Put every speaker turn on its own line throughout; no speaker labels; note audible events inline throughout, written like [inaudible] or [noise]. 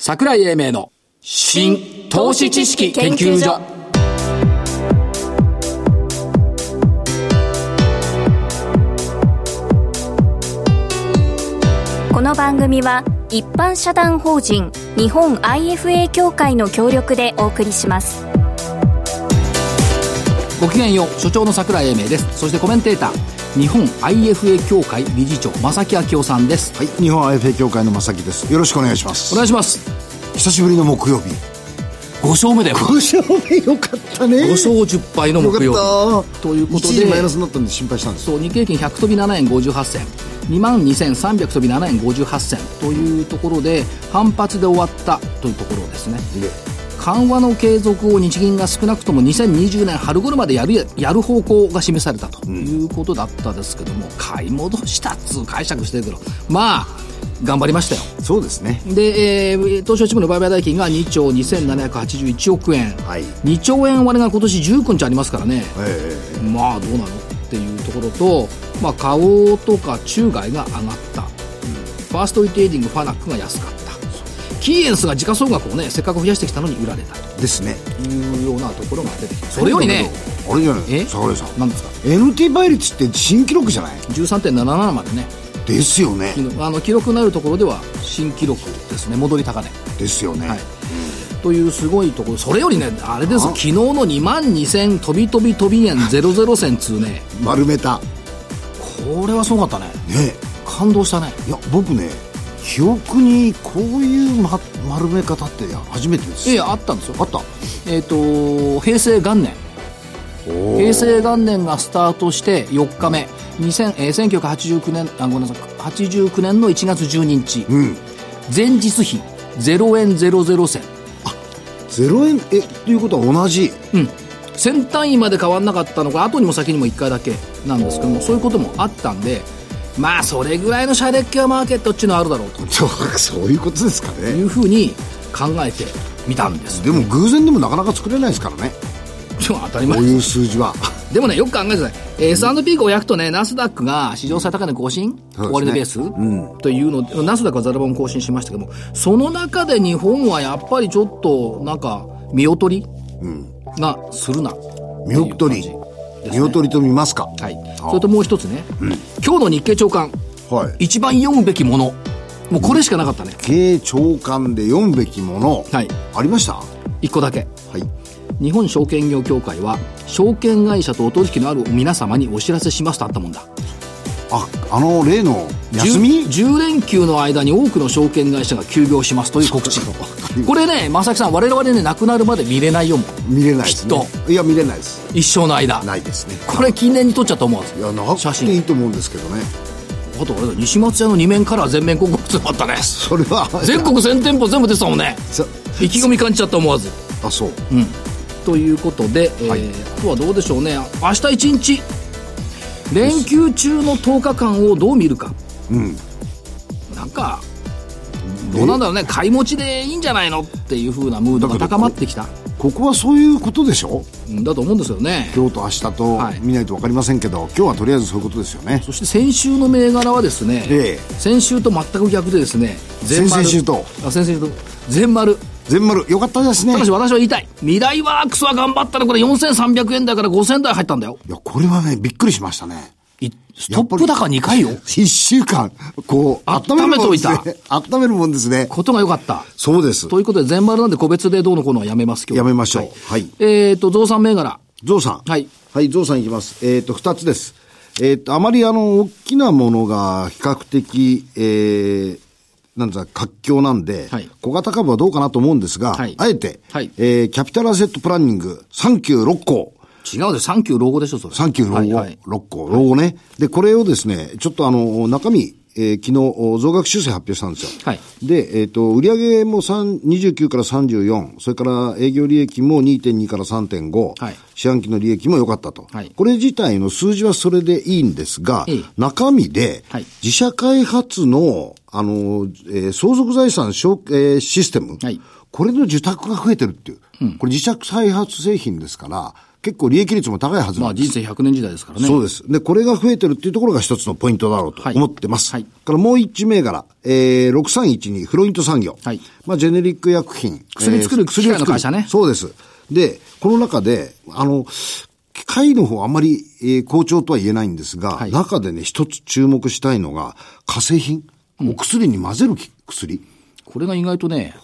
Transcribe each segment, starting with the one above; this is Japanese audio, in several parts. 桜井英明の新投資知識研究所
この番組は一般社団法人日本 IFA 協会の協力でお送りします
ごきげんよう所長の桜井英明ですそしてコメンテーター日本 IFA 協会理事長正木昭夫さんです
はい、日本 IFA 協会の正木です。よろしくお願いします。
お願いします
久しぶりの木曜日。
5勝目だよ
5勝目よかったね。
5勝10敗の木曜日
よかった。
ということで
一時マイナスになったんで心配したんですよ。
そう日経平均100飛び7円58銭2万2300飛び7円58銭というところで反発で終わったというところですね緩和の継続を日銀が少なくとも2020年春頃までやるやる方向が示されたということだったですけども、買い戻したっつう解釈してるけどまあ頑張りましたよ
そうですね。
で、えー東証一部の売買代金が2兆2781億円、
はい
2兆円割れが今年19日ありますからね、
え
まあどうなのっていうところと、まあ、花王とか中外が上がった、ファーストリテイリングファナックが安かったキーエンスが時価総額をねせっかく増やしてきたのに売られたと
えですね。
いうようなところが出てきたそれよりね
あれじゃない
え
桜井さん。
何ですか
NT 倍率って新記録じゃない
13.77までね
ですよね。
昨日あの記録になるところでは新記録ですね戻り高値
ですよね。
はいというすごいところそれよりねあれです
あ
昨日の2万2000飛び飛び飛び円00銭通ね
丸めた。
これはすごかったね
ね
感動したね
え。いや、僕ね、記憶にこういう、ま、丸め方っていや初めてです。
いやあったんですよ
あった。
えっ、と平成元年
お
平成元年がスタートして4日目2000えー1989年あごめんなさい89年の1月12日
うん。
前日比0円00銭
ゼロ円、え、ということは同じ。 [laughs]
うん先単位まで変わんなかったのが後にも先にも1回だけなんですけどもそういうこともあったんでまあそれぐらいのシャレっ気はマーケットっちゅうのはあるだろうと
そうそういうことですかね。
いうふうに考えてみたんです
でも偶然でもなかなか作れないですからね
で [laughs] も当たり
こ
前
ういう数
[laughs]
字は
でもね、よく考えてください。S&P500 とね、ナスダックが史上最高値更新、
ね
終値ベース、というの、ナスダックはザラボン更新しましたけども、その中で日本はやっぱりちょっと、なんか、見劣りがするな。
見劣り
っていう感
見劣りと見ますか
じはい。それともう一つね、今日の日経長官、
はい
一番読むべきもの。もうこれしかなかったね。
経長官で読むべきもの、
はい
ありましたは
一個だけ。
い
日本証券業協会は、証券会社とお取引のある皆様にお知らせしますとあったもんだ。
ああの例の休み
10, 10連休の間に多くの証券会社が休業しますという告知これね正木さん我々ね亡くなるまで見れないよもう
見れないですね
きっ
いや見れないです
一生の間
ないですね
これ近年に撮っちゃったと思うんです
いや長
写
くてい
真
いと思うんですけどね
あとあれだ西松屋の2面カラー全面広告ってのもあったね
それは
全国全店舗全部出てたもんね
さ
意気込み感じちゃった思わず
[laughs] あそう
うんということで、えー
はい
あとはどうでしょうね明日一日連休中の10日間をどう見るか
うん
なんかどうなんだろうね買い持ちでいいんじゃないのっていう風なムードが高まってきた
ここはそういうことでしょ
うんだと思うんですよね
今日と明日と
はい
見ないと分かりませんけど、今日はとりあえずそういうことですよね
そして先週の銘柄はですね、
え
先週と全く逆でですね全
先々週と
あ先々週と全丸
全丸よかったですね
ただし私は言いたい未来ワークスは頑張ったのこれ4300円台から5000台入ったんだよ
いやこれはねびっくりしましたね
いストップ高2回よ
[laughs] 一週間、こう、
温めといた
温めるもんですね温めるもんですね。
ことが良かった
そうです。
ということで全丸なんで個別でどうのこうのはやめます今日
やめましょうはい
えっ、と増産銘柄
ゾウさん。
はい。
はい、ゾウさんいきます。えっ、と、二つです。えっ、と、あまりあの、大きなものが比較的、えー、なんだ、活況なんで、
はい
小型株はどうかなと思うんですが、
はい
あえて、
はい
えー、キャピタルアセットプランニング、3級6項。
違うで三九老後でしょそれ
三級老後、
はいはい
6個、老後ね。で、これをですね、ちょっとあの、中身、えー昨日、お増額修正発表したんですよ。
はい
で、えっ、と、売上も3 29から34、それから営業利益も2.2から3.5、
はい
四半期の利益も良かったと、
はい
これ自体の数字はそれでいいんですが、
ええ
中身で
はい、
自社開発の、あの、えー相続財産証、えーシステム、
はい
これの受託が増えてるっていう。これ自社開発製品ですから、結構利益率も高いはず
ま
な
あ
んです。
人生100年時代ですからね。
そうです。で、これが増えてるっていうところが一つのポイントだろうと
はい
思ってます。
はい
からもう一銘柄、えー、6312フロイント産業。
はい
まあ、ジェネリック薬品。
薬作る
薬を
機械の会社ね
そうです。で、この中で、あの、機械の方あまり、えー好調とは言えないんですが、
はい
中でね、一つ注目したいのが、化成品。お薬に混ぜるき薬。
これが意外とね、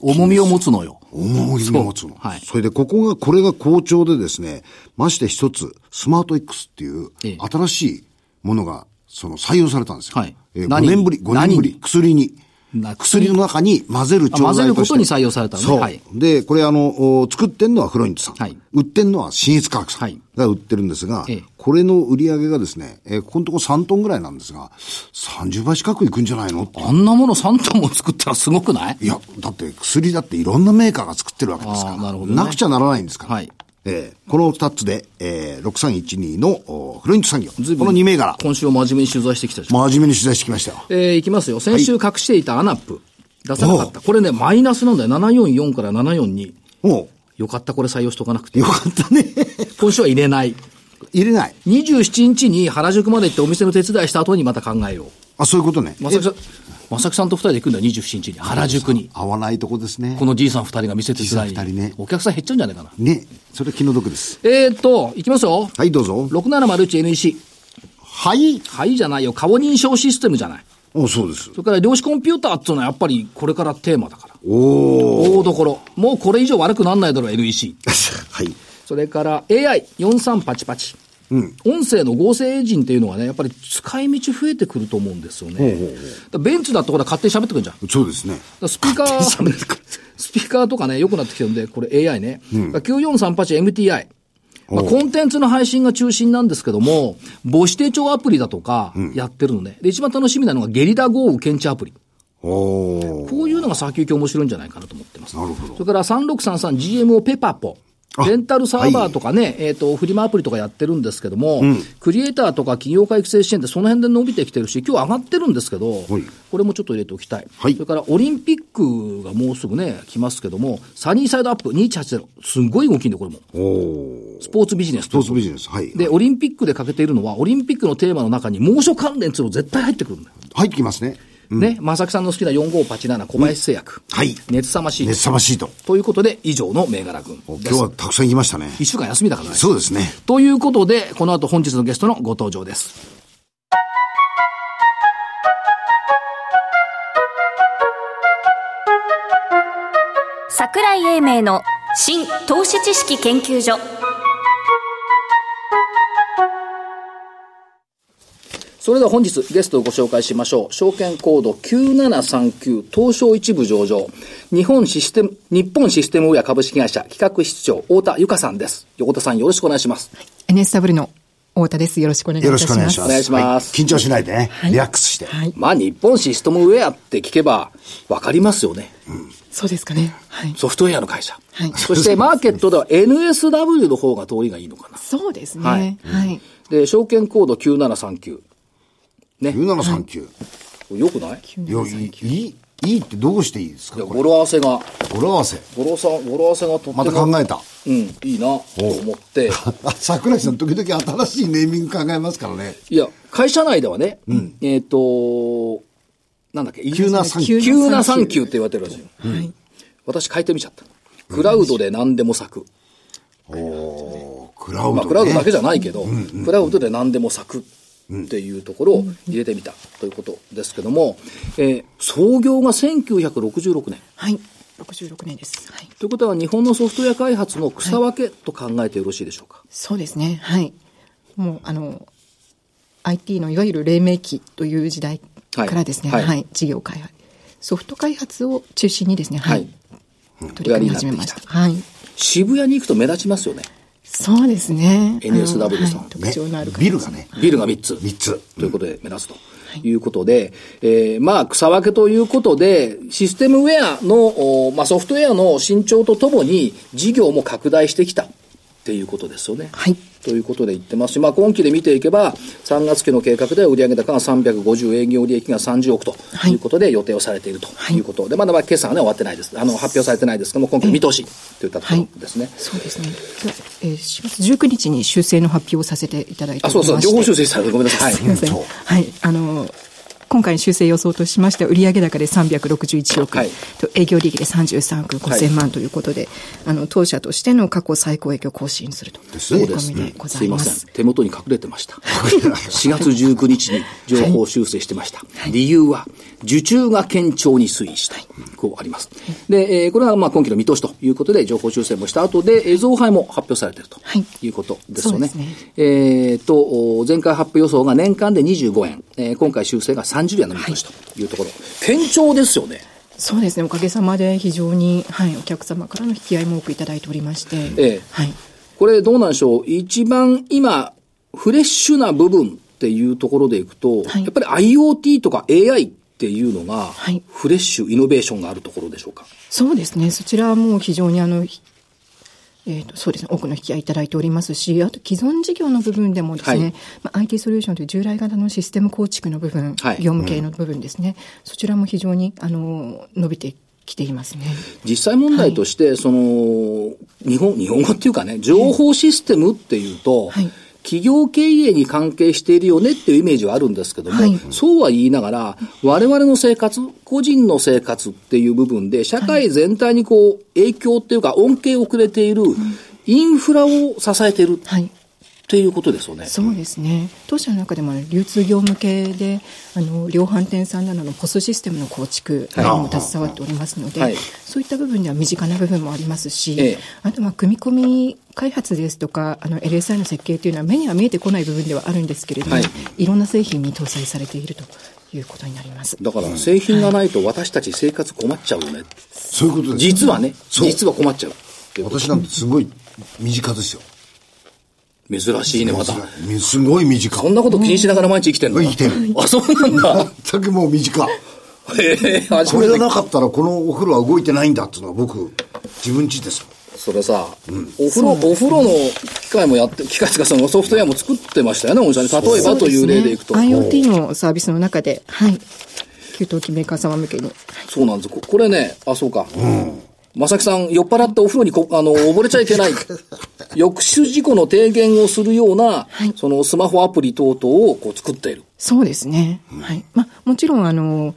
重みを持つのよ。
重りを持つの。
はい
それで、ここが、これが好調でですね、まして一つ、スマート X っていう
ええ、
新しいものが、その、採用されたんですよ。
はい
えー5
何に
年ぶり、5年ぶり、薬に
な。
薬の中に混ぜる調剤
あ混ぜること
して
に採用されたのね
そう。
はい
で、これあの、お作ってんのはフロイントさん。
はい
売ってんのは新越化学さ
はい
んが売ってるんですが、
ええ
これの売り上げがですね、えーここのとこ3トンぐらいなんですが、30倍近くいくんじゃないのっていう
あんなもの3トンも作ったらすごくない
いや、だって薬だっていろんなメーカーが作ってるわけですから。
あーなるほどね
くちゃならないんですから。
はい
えーこの二つで、えー、6312のおフロイント産業。こ
随分
の二銘柄。
今週を真面目に取材してきたでしょ。
真面目に取材してきましたよ。
えーいきますよ。先週隠していたアナップ。出さなかった。これね、マイナスなんだよ。744から742。
も
よかった、これ採用しとかなく
う、
て
よ。かったね。 [laughs]
今週は入れない。
入れない。
27日に原宿まで行ってお店の手伝いした後にまた考えよう。
あ、そういうことね。
まさきさん、まさきさんと二人で行くんだよ、27日に。原宿に。
合わないとこですね
こ。のじいさん二人が見せて時代に。
じいさん二人ね
お客さん減っちゃうんじゃないかな。
ね。それ気の毒です。
えーっと、行きますよ。
はい、どうぞ。
6701NEC。
はい。
はいじゃないよ。顔認証システムじゃない。
おそうです。
それから量子コンピューターっていうのはやっぱりこれからテーマだから。
おお。
大どころ。もうこれ以上悪くなんないだろう、NEC。
[laughs] はい。
それから AI4388。音声の合成エンジンっていうのはね、やっぱり使い道増えてくると思うんですよね。だからベンツだってほら勝手に喋ってくるじゃん。
そうですね。
だからスピーカ
勝手に喋ってく
ー
る、
スピーカーとかね、良くなってきてるんで、これ AI ね。だから 9438MTI。まあ、コンテンツの配信が中心なんですけども、母子手帳アプリだとかやってるのね。で、一番楽しみなのがゲリラ豪雨検知アプリ。
おお。
こういうのが先行き面白いんじゃないかなと思ってます。
なるほど
それから 3633GMO ペパポ。
あ
レンタルサーバーとかね、えっ、と、フリマアプリとかやってるんですけども、クリエイターとか企業家育成支援ってその辺で伸びてきてるし、今日上がってるんですけど、
はい
これもちょっと入れておきたい。
はい
それからオリンピックがもうすぐね、来ますけども、サニーサイドアップ2180。すんごい動きんだよ、これも。
おお。
スポーツビジネス
ス。ポーツビジネス。はい。
で、オリンピックで欠けているのは、オリンピックのテーマの中に猛暑関連っていうの絶対入ってくるんだよ。
入ってきますね。
ね、正木さんの好きな4587小林製薬。
はい
熱さましい。
熱さましいと。
ということで、以上の銘柄群
お
で
今
す
日。はたくさん行きましたね。
一週間休みだからね。
そうですね。
ということで、この後本日のゲストのご登場です。
桜井英明の新投資知識研究所
それでは本日ゲストをご紹介しましょう。証券コード9739東証一部上場。日本システム、日本システムウェア株式会社企画室長、太田由香さんです。横田さんよろしくお願いします。
NSW の太田です。よろしくお願いい
よろし
たし
くお
ます。
願いします。
お願いします
は緊張しないでね。
はい
リラックスして。
はい。
まあ日本システムウェアって聞けばわかりますよね。
そうですかね。はい。
ソフトウェアの会社。
は
[laughs]
い
そしてマーケットでは NSW の方が通りがいいのかな。
そうですね。
は
はいい。
で、証券コード9739。
1739。
よくない
急に
よいい、いいってどうしていいです
い
か
や、
こ
語
れ。
呂合わせが、
語呂合わせ。
語呂さん、語呂合わせがとっても。
また考えた。
うん、いいな、と思って。
あ、 [laughs] 桜井さん時々新しいネーミング考えますからね。
いや、会社内ではね、えっ、と、なんだっけ、
急な産
休
休。
急な産休って言われてるらしいよ。
はい。
私変えてみちゃった。クラウドで何でも咲く。
おークラウ
まあ、
ド、ね。
クラウドだけじゃないけど、クラウドで何でも咲くっていうところを入れてみたということですけども、えー創業が1966年。
はい。66年です。はい。
ということは日本のソフトウェア開発の草分けと考えてよろしいでしょうか。
そうですね。はい。もう、あの、IT のいわゆる黎明期という時代からですね、
は
はいい。
はい
事業開発。ソフト開発を中心にですね、はい。取り組み始めました。
お
はい。
渋谷に行くと目立ちますよね。
そうですね。
NSW
あのはい
さん
特徴のある
ねビ
会社
ルがね。
ビルが3つ。
3つ。
ということで目立つということで、えーまあ、草分けということで、システムウェアの、おまあ、ソフトウェアの伸長とともに、事業も拡大してきたっていうことですよね。
はい
ということで言ってますし、まあ、今期で見ていけば、3月期の計画では売上高が350、営業利益が30億と
はい
いうことで予定をされているということで、まだまだ決算は、ね、終わってないです。あの、発表されてないですけども、今期の見通しといったところですね。
そうですね。今日、えー、4月19日に修正の発表をさせていただいて
あ、
おりまして
そうそう、情報修正されてごめんなさい。
すみません。
はい。
はい。あの、今回の修正予想としましては、売上高で361億、
はい
と営業利益で33億5000万ということで、あの、当社としての過去最高益を更新すると
ね
いう見込みでござ
す
い
いま
ます。
せん。手元に隠れてま
[laughs]
した。4月19日に情報修正してました。理由は、受注が堅調に推移した。こうあります。で、えーこれはまあ今期の見通しということで、情報修正もした後で、えー増配も発表されていると
はい
いうことですよね。
そうですね
えーと、お前回発表予想が年間で25円、えー今回修正が30円の見通しというところ。堅調ですよね。
そうですね。おかげさまで非常に、はい、お客様からの引き合いも多くいただいておりまして、
ええ
はい。
これどうなんでしょう一番今、フレッシュな部分っていうところでいくと、
はい
やっぱり IoT とか AI っていうのが、
はい
フレッシュ、イノベーションがあるところでしょうか。
そうですね。そちらはもう非常にあの、ひえー、とそうですね、多くの引き合いいただいておりますし、あと既存事業の部分でもですね、
はい
まあ、IT ソリューションという従来型のシステム構築の部分、
はい
業務系の部分ですね、そちらも非常にあの伸びてきていますね。
実際問題として、その、日本、日本語っていうかね、情報システムっていうと、
はい
企業経営に関係しているよねっていうイメージはあるんですけども、
はい
そうは言いながら、我々の生活、個人の生活っていう部分で、社会全体にこう、影響っていうか、恩恵をくれている、インフラを支えているっ
はい
ていうことですよね。
そうですね当社の中でもあの流通業務系であの量販店さんなどのポスシステムの構築にも携わっておりますので、
はい
そういった部分では身近な部分もありますし、
ええ
あとは組み込み開発ですとかあの LSI の設計というのは目には見えてこない部分ではあるんですけれども、
はい
い、ろんな製品に搭載されているということになります。
だから、製品がないと私たち生活困っちゃうよね。
そういうことです
実はね、
そう
実は困っちゃうっていうこと。
私なんてすごい身近ですよ。
珍しいね、また。
珍しいすごい身近。
そんなこと気にしながら毎日生きてんの
生きてる。
あ、そうなんだ。
全くもう身近。
へえ、初
こ
め
れ
て
が。なかったらこのお風呂は動いてないんだっていうのは僕、自分家ですもん。
それさ、お風呂、お風呂の機械もやって、機械とかそのソフトウェアも作ってましたよね、御社に。例えばという例でいくと。
そうですね IoT のサービスの中で、はい、給湯器メーカー様向けに
そうなんです。ここれね、あ、そうか。まさきさん、酔っ払ってお風呂にこ、あの、溺れちゃいけ
[laughs]
ない。抑止事故の提言をするような、
はい
そのスマホアプリ等々をこう作っている。
そうですね。はい。まあ、もちろん、あの、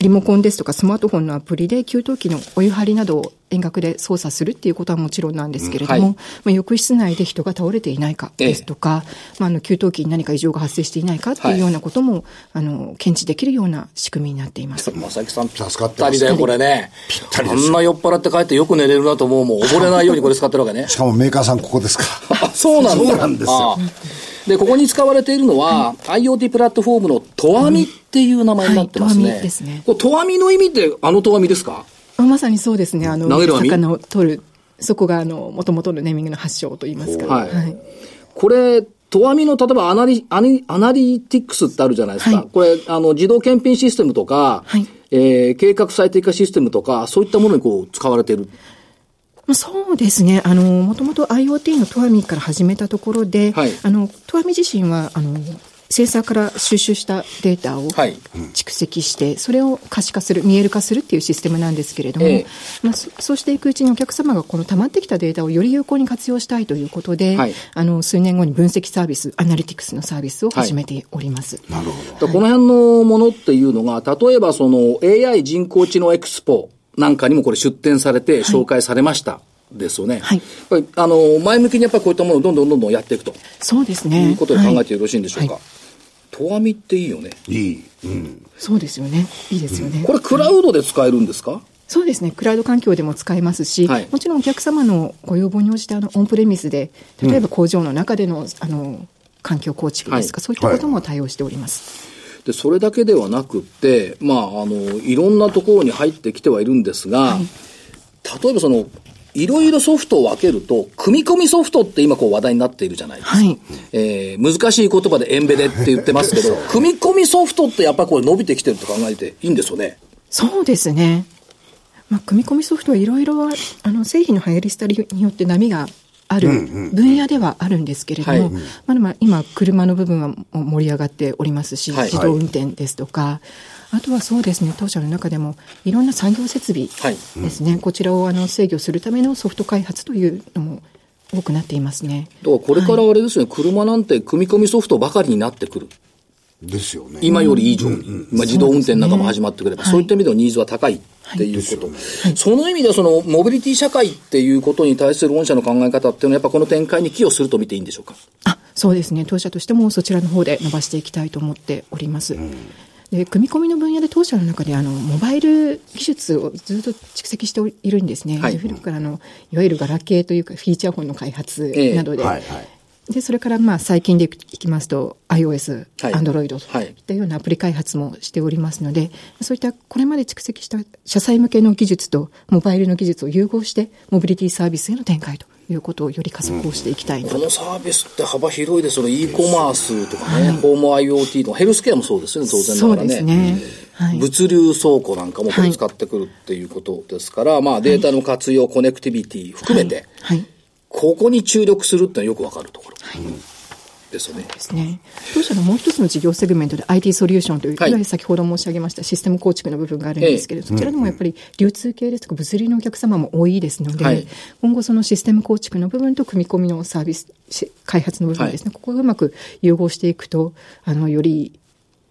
リモコンですとかスマートフォンのアプリで給湯器のお湯張りなどを遠隔で操作するっていうことはもちろんなんですけれども、
うんはい
まあ、浴室内で人が倒れていないかですとか、まあ、あの給湯器に何か異常が発生していないかって
はいいう
ようなことも、あの検知できるような仕組みになっています。
まさきさん、ぴっ
助かって
た
ま
り
す
だよ、これね。ぴったりあんな酔っ払って帰ってよく寝れるなと思うもん。溺れないようにこれ使ってるわけね。
しかもメーカーさんここですか。
あそうなんだ
そうなんですよ
ああで、ここに使われているのは、IoT プラットフォームのトワミっていう名前になってますね。
はいトワミですね
これトワミの意味ってあのトワミですか
まあまさにそうですね。あの、
投げる網
魚を取る、そこが、あの、もともとのネーミングの発祥といいますか。
はいこれ、トワミの例えばアナリアニアナリティクスってあるじゃないですか。
はい
これ、あの、自動検品システムとか、
はい
えー計画最適化システムとか、そういったものにこう使われている。
まあそうですね。あの、もともと IoT のトワミから始めたところで、
はい
あの、トワミ自身は、あの、センサーから収集したデータを
はい
蓄積して、それを可視化する、見える化するっていうシステムなんですけれども、
ええ
まあ、そそうしていくうちにお客様がこの溜まってきたデータをより有効に活用したいということで、
はい
あの、数年後に分析サービス、アナリティクスのサービスを始めております。
[laughs] なるほど。
この辺のものっていうのが、例えばその AI 人工知能エクスポなんかにもこれ出展されて紹介されました。ですよね。
はい
やっぱりあの、前向きにやっぱりこういったものをどんどんどんどんやっていくと
そうです
い
ね。
うことで考えてよろ
しい、
しいんでしょうか
はい。
トワミっていいよね。
いい。うん。
そうですよね。いいですよね。
これクラウドで使えるんですか
そうですね。クラウド環境でも使えますし、
はい
もちろんお客様のご要望に応じてあのオンプレミスで、例えば工場の中での、あの環境構築ですとか、
はい
そういったことも対応しております。
で、それだけではなくって、まあ、あの、いろんなところに入ってきてはいるんですが、例えばその、いろいろソフトを分けると、組み込みソフトって今こう話題になっているじゃないですか。
はい。
えー難しい言葉でエンベレって言ってますけ [laughs] ど、組み込みソフトってやっぱこれ伸びてきてると考えていいんですよね。
そうですね。まあ組み込みソフトはいろいろあの製品の流行り廃りによって波があある分野ではあるんですけれども、
はいうん
まだまだ今、車の部分はもう盛り上がっておりますし、
はい
自動運転ですとか、あとはそうですね、当社の中でもいろんな産業設備
はい
ですね、こちらをあの制御するためのソフト開発というのも多くなっていますね。
だからこれからあれですね、車なんて組み込みソフトばかりになってくる。
ですよね。
今より以上に、まあ、自動運転なんかも始まってくれば、
はい
そういった意味でのニーズは高いっていうこと、その意味ではそのモビリティ社会っていうことに対する御社の考え方っていうのはやっぱこの展開に寄与すると見ていいんでしょうか
あそうですね、当社としてもそちらの方で伸ばしていきたいと思っております。で組み込みの分野で当社の中であのモバイル技術をずっと蓄積しておりいるんですね、
はい
で古くからあのいわゆるガラケーというか、フィーチャーフォンの開発
ええ
などで、
はいはい。
でそれからまあ最近でいきますと、iOS、
はい
Android と
はい
いったようなアプリ開発もしておりますので、そういったこれまで蓄積した社債向けの技術と、モバイルの技術を融合して、モビリティサービスへの展開ということをより加速をしていきたいなと
このサービスって幅広いですよね e コマースとかね、ホーム IoT とかヘルスケアもそうですよね当然ながらね
そうですね。はい。
物流倉庫なんかもこれ使ってくるっていうことですから、まあ、データの活用、コネクティビティ含めて、
はい。はい
ここに注力するってのはよくわかるところ、ですよね。
ですね。当社のもう一つの事業セグメントで IT ソリューションという、
はい
い、わゆる先ほど申し上げましたシステム構築の部分があるんですけど、そちらでもやっぱり流通系ですとか物流のお客様も多いですので、
はい
今後そのシステム構築の部分と組み込みのサービス、し開発の部分ですね、ここをうまく融合していくと、あの、より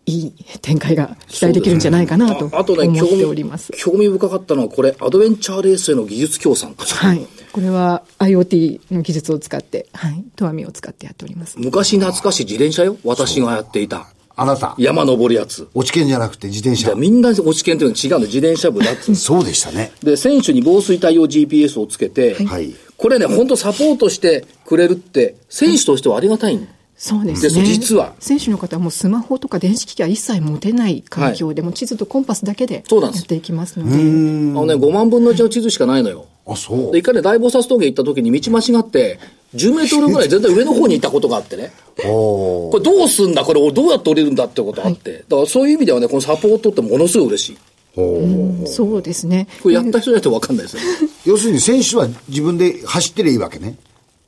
いい展開が期待できるんじゃないかなと
ああ
思
とね、興
っております
味。興味深かったのは、これ、アドベンチャーレースへの技術協賛と
はい。これは IoT の技術を使って、はい。トアミを使ってやっております。
昔懐かしい自転車よ、私がやっていた。
あなた、
山登るやつ。
落ち券じゃなくて自転
じゃ
車
あ。みんな落ち券というのは違うの、自転車部だっつうの
そうでしたね。
で、選手に防水対応 GPS をつけて、
はい
これね、本当サポートしてくれるって、選手としてはありがたいの
そうです
です
ね。
実は
選手の方はもうスマホとか電子機器は一切持てない環境で、もう地図とコンパスだけで
そうなんで
や
す
っていきますので、
あのね、5万分の1の地図しかないのよ。
あ、そう
で、。一回ね、大菩薩峠行った時に道間違って、10メートルぐらい全然上の方に行ったことがあってね。
おー
これどうすんだこれ俺どうやって降りるんだってことがあって。だからそういう意味ではね、このサポートってものすごい嬉しい。
おー
そうですね。
これやった人じゃないと分かんないですよね。
要するに選手は自分で走ってりゃいいわけね。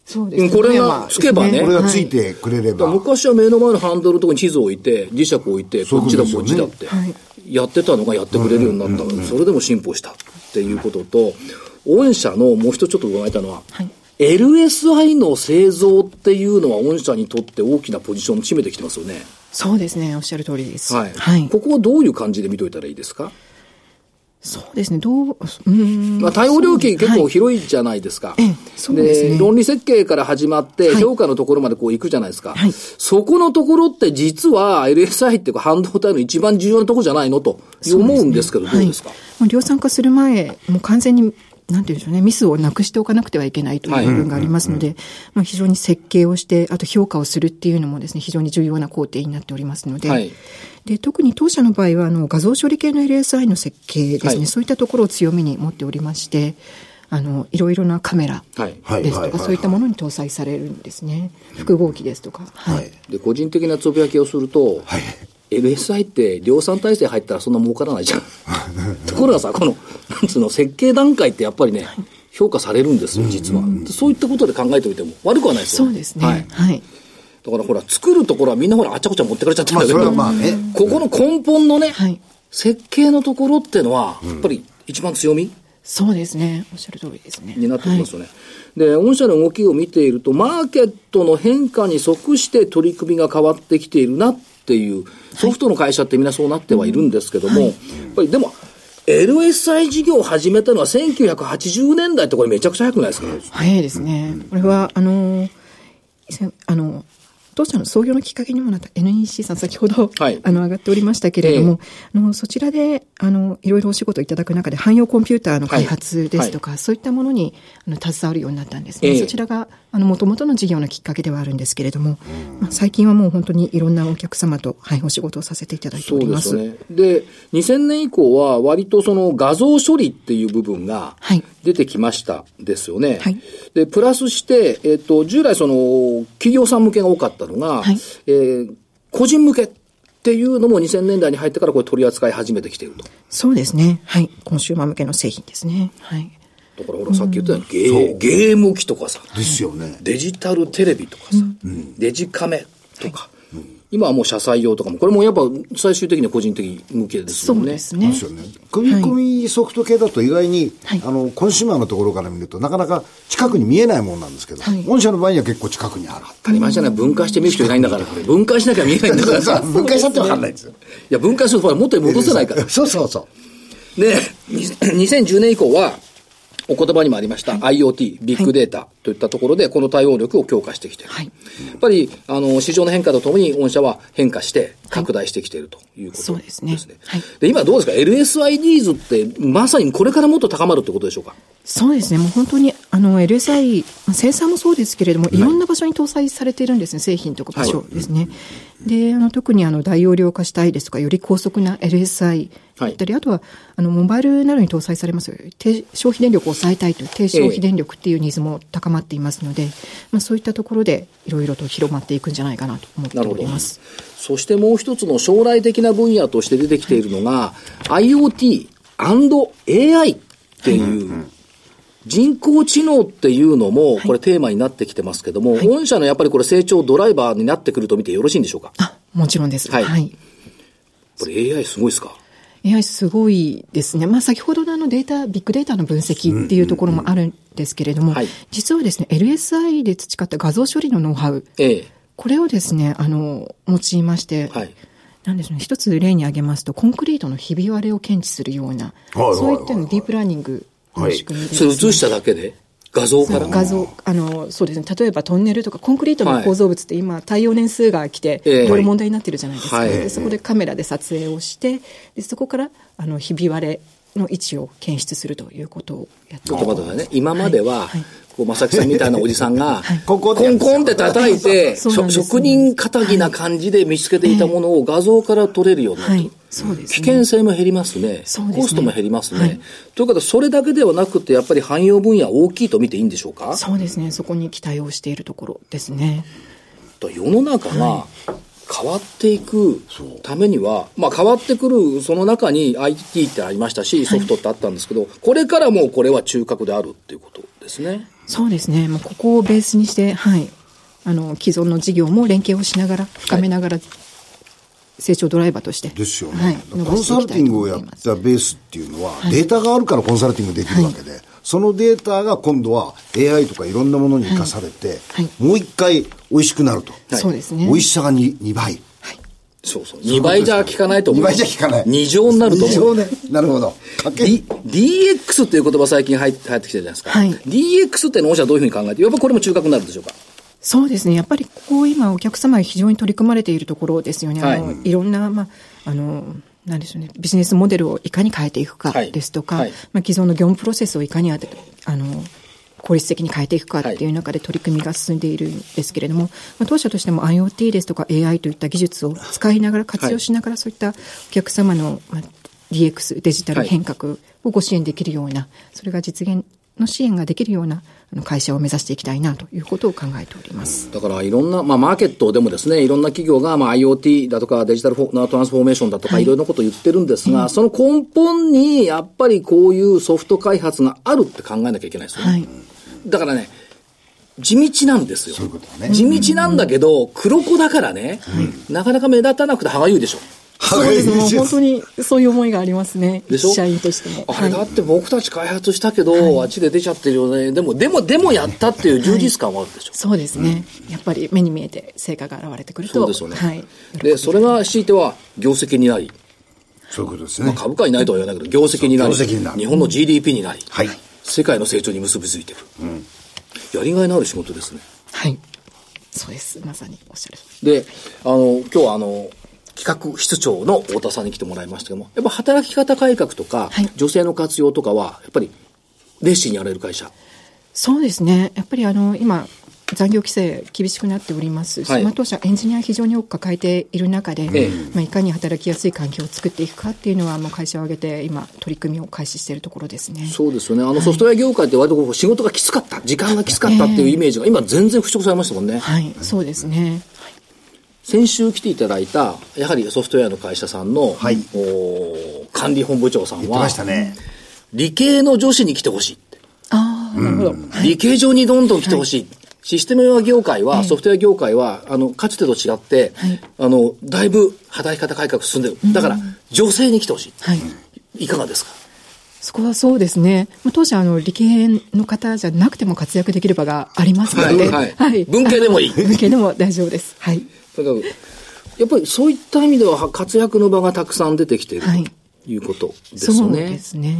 そうです
うんこれがつけばね
これがつい。
富山
て
です
くれれ
だ
ば。
から昔は目の前のハンドルのとこに地図を置いて、磁石を置いて、
そ
こ
う
っ
い
ち
うこ
だ
と
こっ
です
ちだ
よ
っ
ね
て
はい。
やってたのがやってくれるようになったから、それでも進歩したっていうことと、御社のもう一つちょっと伺いたのは、
はい
LSI の製造っていうのは御社にとって大きなポジションを占めてきてますよね。
そうですね。おっしゃる通りです。
はい。ここはどういう感じで見といたらいいですか、
そうですね。どう、うーん。
まあ、対応料金結構
はい
広いじゃないですか。
ええそうですね
論理設計から始まって、
はい
評価のところまでこう行くじゃないですか。
はい
そこのところって実は LSI っていうか半導体の一番重要なところじゃないのと思うんですけど、どうですか、
はい、もう量産化する前、もう完全に、なんていうんでしょうね、ミスをなくしておかなくてはいけないという部分がありますので、まあ、非常に設計をして、あと評価をするっていうのもですね、非常に重要な工程になっておりますので、
はい
で特に当社の場合はあの、画像処理系の LSI の設計ですね、
はい
そういったところを強みに持っておりまして、あのいろいろなカメラ
はい
はい
です
はいは
とか、
い
そういったものに搭載されるんですね、複合機ですとか。はい
はい
で、個人的なつぶやきをすると、
はい
LSI って量産体制入ったらそんな儲から
[laughs]
ないじゃん。ところがさ、この、なんつうの、設計段階ってやっぱりね、評価されるんですよ、実は。そういったことで考えておいても悪くはないですよ
そうですね、
はい
はい
だからほら、作るところはみんなほら、あちゃこちゃ持ってかれちゃったん
まあ
だけ
それ
ど、
はまあね。
ここの根本のね、
はい
設計のところってのは、やっぱり一番強み
そうですね、おっしゃる通りですね。
になってきますよね。で、御社の動きを見ていると、マーケットの変化に即して取り組みが変わってきているなっていう、ソフトの会社ってみんなそうなってはいるんですけども、やっぱりでも、LSI 事業を始めたのは1980年代ってこれめちゃくちゃ早くないですか、
早いですね。これは、あの、以前あの、当社の創業のきっかけにもなった NEC さん、先ほど、
はい
あの、上がっておりましたけれども、あの、そちらで、あの、いろいろお仕事いただく中で、汎用コンピューターの開発ですとか、そういったものに、あの、携わるようになったんですね。
ええ
そちらが、あの、もともとの事業のきっかけではあるんですけれども、まあ、最近はもう本当にいろんなお客様と、はい、お仕事をさせていただいて
そ
お
う
り
で
ますす。
よね。で、2000年以降は割とその画像処理っていう部分が
はい
出てきましたですよね。
はい
で、プラスして、えっ、と、従来その企業さん向けが多かったのが、
はい
えー個人向けっていうのも2000年代に入ってからこれ取り扱い始めてきていると。
そうですね。はい。コンシューマー向けの製品ですね。はい。
だからほら、さっき言ったように、ゲーゲーム機とかさ、
ですよね。
デジタルテレビとかさ、デジカメとか、今はもう車載用とかも、これもやっぱ最終的には個人的向けです
そ
もん
う
ね。
ですね。
ですよね。組み込みソフト系だと意外に、
はい
あの、コンシューマーのところから見ると、なかなか近くに見えないもんなんですけど、
はい
御社の場合には結構近く
[laughs]
にある。
当たり前じゃない、分解して見る人いないんだから、分解しなきゃ見えないんだからさ。
[laughs] 分解したってわかんないんですよ
いや、分解するとほら元に戻せないから。
そうそうそう。
で、2010年以降は、お言葉にもありました、IoT、ビッグデータといったところで、この対応力を強化してきている。
はい
やっぱり、あの、市場の変化とともに、御社は変化して、拡大してきているということですね。
そうですねはい
で、今どうですか ?LSIDs って、まさにこれからもっと高まるってことでしょうか
そうですね、もう本当にあの LSI、まあ生産もそうですけれども、いろんな場所に搭載されているんですね、製品とか場所ですね。であの特にあの大容量化したいですとか、より高速な LSI だったり、あとはあのモバイルなどに搭載されます低消費電力を抑えたいという低消費電力っていうニーズも高まっていますので、まあ、そういったところでいろいろと広まっていくんじゃないかなと思って
なる
お
ほど
ります。。
そしてもう一つの将来的な分野として出てきているのが、IoT&AI っていう、人工知能っていうのも、これテーマになってきてますけども、
はい
御社のやっぱりこれ成長ドライバーになってくると見てよろしいんでしょうかや
あもちろんです、
はい
はい
っぱり AI すごいですか
AI すごいですね、まあ、先ほどのあのデータビッグデータの分析っていうところもあるんですけれども、
はい
実はですね LSI で培った画像処理のノウハウ
ええ。
これをですねあの用いまして、
はい
なんでしょうね、一つ例に挙げますとコンクリートのひび割れを検知するような、
はいはい
そ
は
う
い
いったようなディープラーニングの仕組みでです
そ
ね、
れ映しただけで、画像から。
画像あのそうですね例えばトンネルとかコンクリートの構造物って今、耐用年数が来て
ええ
いろいろ問題になってるじゃないですか、
はい
でそこでカメラで撮影をしてでそこからあのひび割れの位置を検出するということをやって
ちょっと待ってくださいね。今までは、
はい
こう、まさきさんみたいなおじさんが、
ここ
コ
でやる
ンコンって叩いて、
そうなん
職
です
職人かたぎな感じで見つけていたものを画像から取れるようにな
は
る
い、そうです
危
ね
険性も減りますね。
そうですね
コストも減りますね。
はい
ということは、それだけではなくて、やっぱり汎用分野大きいと見ていいんでしょうか
そうですねそこに期待をしているところですね
と世の中が変わっていくためには、まあ変わってくる、その中に IT ってありましたし、ソフトってあったんですけど、これからもうこれは中核であるっていうことですね。
そうですねもうここをベースにして、はい、あの既存の事業も連携をしながら深めながら、成長ドライバーとして
ですよね。
はい、
だからコンサルティングをやっ
ます
たベースっていうのは、データがあるからコンサルティングできるわけで、そのデータが今度は AI とかいろんなものに生かされて、
はい
もう一回美味しくなると。
はい
そうですね
美味しさが 2, 2倍。
そうそう。2倍じゃ効かないと思う。
2倍じゃ効かない。
2乗になると思う。
二乗ね。なるほど。かけ
D、DX っていう言葉最近入って入ってきてるじゃないですか。
はい
DX っていうのをじゃあどういうふうに考えて、やっぱこれも中核になるんでしょうか。
そうですね、やっぱりここ、今、お客様が非常に取り組まれているところですよね、あの、
はい
ろんな、まああのなんでしょうね、ビジネスモデルをいかに変えていくか
はい
ですとか、
はい
まあ、既存の業務プロセスをいかにあてあの効率的に変えていくかっていう中で取り組みが進んでいるんですけれども、まあ、当社としても IoT ですとか AI といった技術を使いながら、活用しながら、そういったお客様の、まあ、DX、デジタル変革をご支援できるような、それが実現の支援ができるようなあの会社を目指していきたいなということを考えております。
だからいろんな、まあ、マーケットでもですね、いろんな企業が、まあ、IoT だとかデジタルフォートランスフォーメーションだとか、いろいろなことを言ってるんですが、その根本にやっぱりこういうソフト開発があるって考えなきゃいけないですよね。
はい
だからね、地道なんですよ。
そういうことだね
地道なんだけど、黒子だからね、なかなか目立たなくて歯がゆいでしょ。
そうですもう本当にそういう思いがありますね。
でしょ
社員としても。
あれだ
はい
って僕たち開発したけど、あっちで出ちゃってるよね。でも、でも、でもやったっていう充実感はあるでしょ。
そうですね、やっぱり目に見えて成果が現れてくると。
そうですよね。
はい。
で、それが強いては、業績になり、
そういうことですね。
株価にないとは言わないけど、業績になり、
そう業績になる
日本の GDP になり、
はい。
世界の成長に結びついてくる。やりがいのある仕事ですね。
はい。そうです。まさにおっしゃる。
で、あの、今日はあの、企画室長の太田さんに来てもらいましたけども、やっぱ働き方改革とか、
はい
女性の活用とかは、やっぱり、熱心にやられる会社。
そうですね。やっぱりあの今残業規制厳しくなっておりますし、
はい
まあ、当社エンジニア非常に多く抱えている中で、
ええ
まあ、いかに働きやすい環境を作っていくかっていうのはもう会社を挙げて今取り組みを開始しているところですね。
そうですよね。あのソフトウェア業界って割とこう仕事がきつかった、時間がきつかったっていうイメージが今全然払拭されましたもんね。
はい。そうですね。
先週来ていただいた、やはりソフトウェアの会社さんの、
はい
おー管理本部長さん
言って
は
まし、たね。
理系の女子に来てほしいって。
あなるほど。
理系上にどんどん来てほしい。システム業界は、ソフトウェア業界は、あの、かつてと違って、あの、だいぶ働き方改革進んでる。だから、女性に来てほしい。
はい。
いかがですか
そこはそうですね。まあ当社、あの、理系の方じゃなくても活躍できる場がありますので、
はいはい文系でもいい
文系でも大丈夫です。はい。
だから、やっぱりそういった意味では、は活躍の場がたくさん出てきている、
はい
ということです
そ
よ
う
ね。
ですね。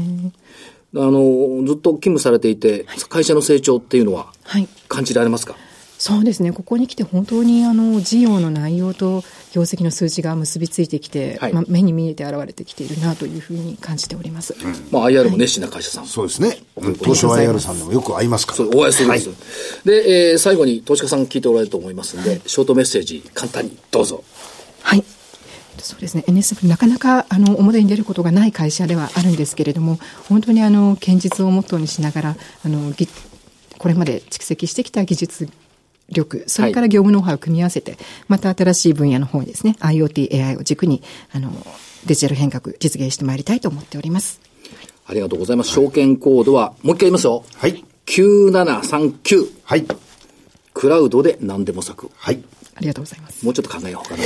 あの、ずっと勤務されていて、会社の成長っていうのは
はい。
感じられますか、
そうですね、ここに来て本当にあの事業の内容と業績の数字が結びついてきて、
はい
まあ、目に見えて現れてきているなというふうに感じております。
まあ、IR も熱心な会社さん。
そうですね。うん東証 IR さんでもよく会いますから。
そうお会いするんですよ、で、えー最後に投資家さん聞いておられると思いますんで、ショートメッセージ簡単にどうぞ
はいそうですね NSF なかなかあの表に出ることがない会社ではあるんですけれども本当にあの堅実をモットーにしながらあのぎこれまで蓄積してきた技術力それから業務ノウハウを組み合わせて、また新しい分野の方にですね IoTAI を軸にあのデジタル変革実現してまいりたいと思っております。
ありがとうございます証券コードはもう一回言いますよ
はい
9739
はい。
クラウドで何でも咲く
はい。
ありがとうございます。
もうちょっと考えようかな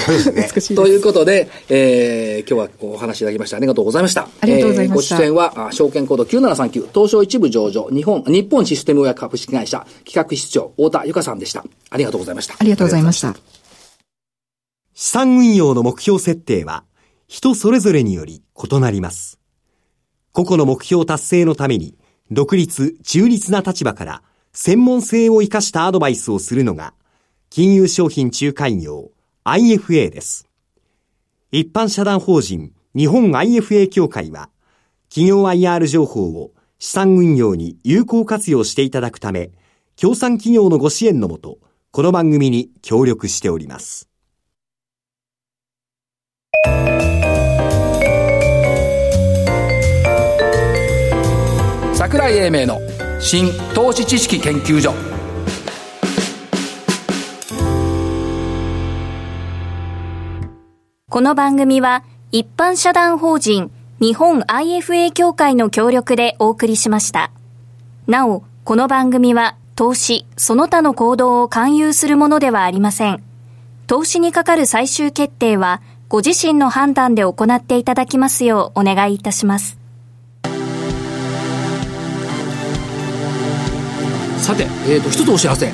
美し
[laughs]
い
と
で
い
す。
うことで、えー今日はお話いただきましてありがとうございました。
ありがとうございました
えーご出演は、あ証券コード9739、東証一部上場、日本、日本システムウェア株式会社、企画室長、太田由香さんでした。ありがとうございました
あ。りがとうございました。
資産運用の目標設定は人それぞれにより異なります。個々の目標達成のために独立、中立な立場から専門性を生かしたアドバイスをするのが金融商品仲介業 IFA です。一般社団法人日本 IFA 協会は企業 IR 情報を資産運用に有効活用していただくため、協賛企業のご支援のもと、この番組に協力しております。
桜井英明の新投資知識研究所
この番組は一般社団法人日本 IFA 協会の協力でお送りしました。なお、この番組は投資、その他の行動を勧誘するものではありません。投資にかかる最終決定はご自身の判断で行っていただきますようお願いいたします。
さて、えー、と一つお知らせ、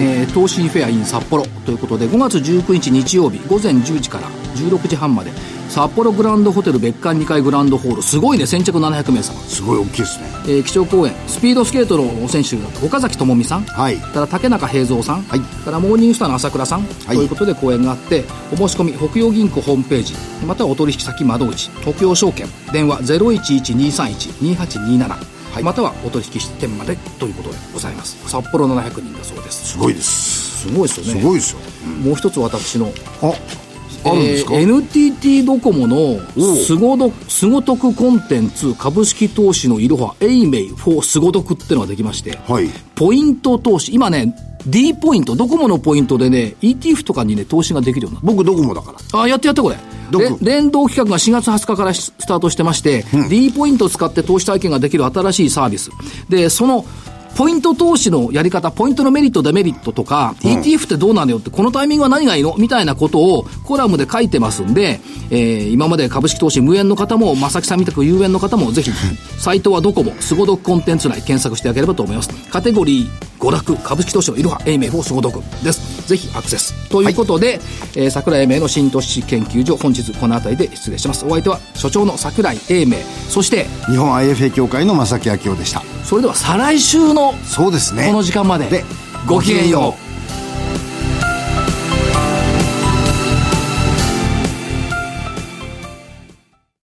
えー投資フェア in 札幌ということで5月19日日曜日午前10時から16時半まで札幌グランドホテル別館2階グランドホールすごいね先着700名様、
すごい大きいですね。
えー基調講演スピードスケートの選手が岡崎智美さん、
はい
から竹中平蔵さん、
はい
からモーニングスターの朝倉さん、
い
ということで講演があってお申し込み北洋銀行ホームページまたはお取引先窓口東京証券電話0112312827、またはお取引支店までということでございます札幌700人だそうです
すごいです。
すごいですよね
すごいですよ。
もう一つ私の
あ、あるんですか、
えー NTT ドコモのすごどすごとくコンテンツ株式投資のいろはエイメイ4すごどくってのができまして、
はい。
ポイント投資今ね D ポイントドコモのポイントでね ETF とかにね投資ができるようになっ
僕ドコモだから。
たあやってやってこれ
どこ
れ連動企画が4月20日からしスタートしてまして、D ポイントを使って投資体験ができる新しいサービスでそのポイント投資のやり方、ポイントのメリット、デメリットとか、ETF ってどうなのよって、このタイミングは何がいいのみたいなことをコラムで書いてますんで、えー今まで株式投資無縁の方も、正木さんみたく有縁の方も、ぜひ、サイトはドコモ、スゴドクコンテンツ内検索してあげればと思います。カテゴリー娯楽、株式投資のいろは、英明法スゴドクです。ぜひアクセス。ということで、えー桜井英明の新都市研究所、本日この辺りで失礼します。お相手は所長の桜井英明、そして、
日本 IFA 協会の正木明夫でした。
それでは再来週の
そうですね。
この時間まで
で
ごきげんよう